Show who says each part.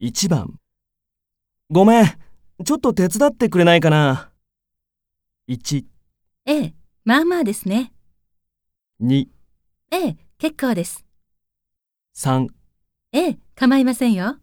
Speaker 1: 1番ごめん、ちょっと手伝ってくれないかな。1、
Speaker 2: ええ、まあまあですね。
Speaker 1: 2、
Speaker 2: ええ、結構です。
Speaker 1: 3
Speaker 2: ええ、構いませんよ。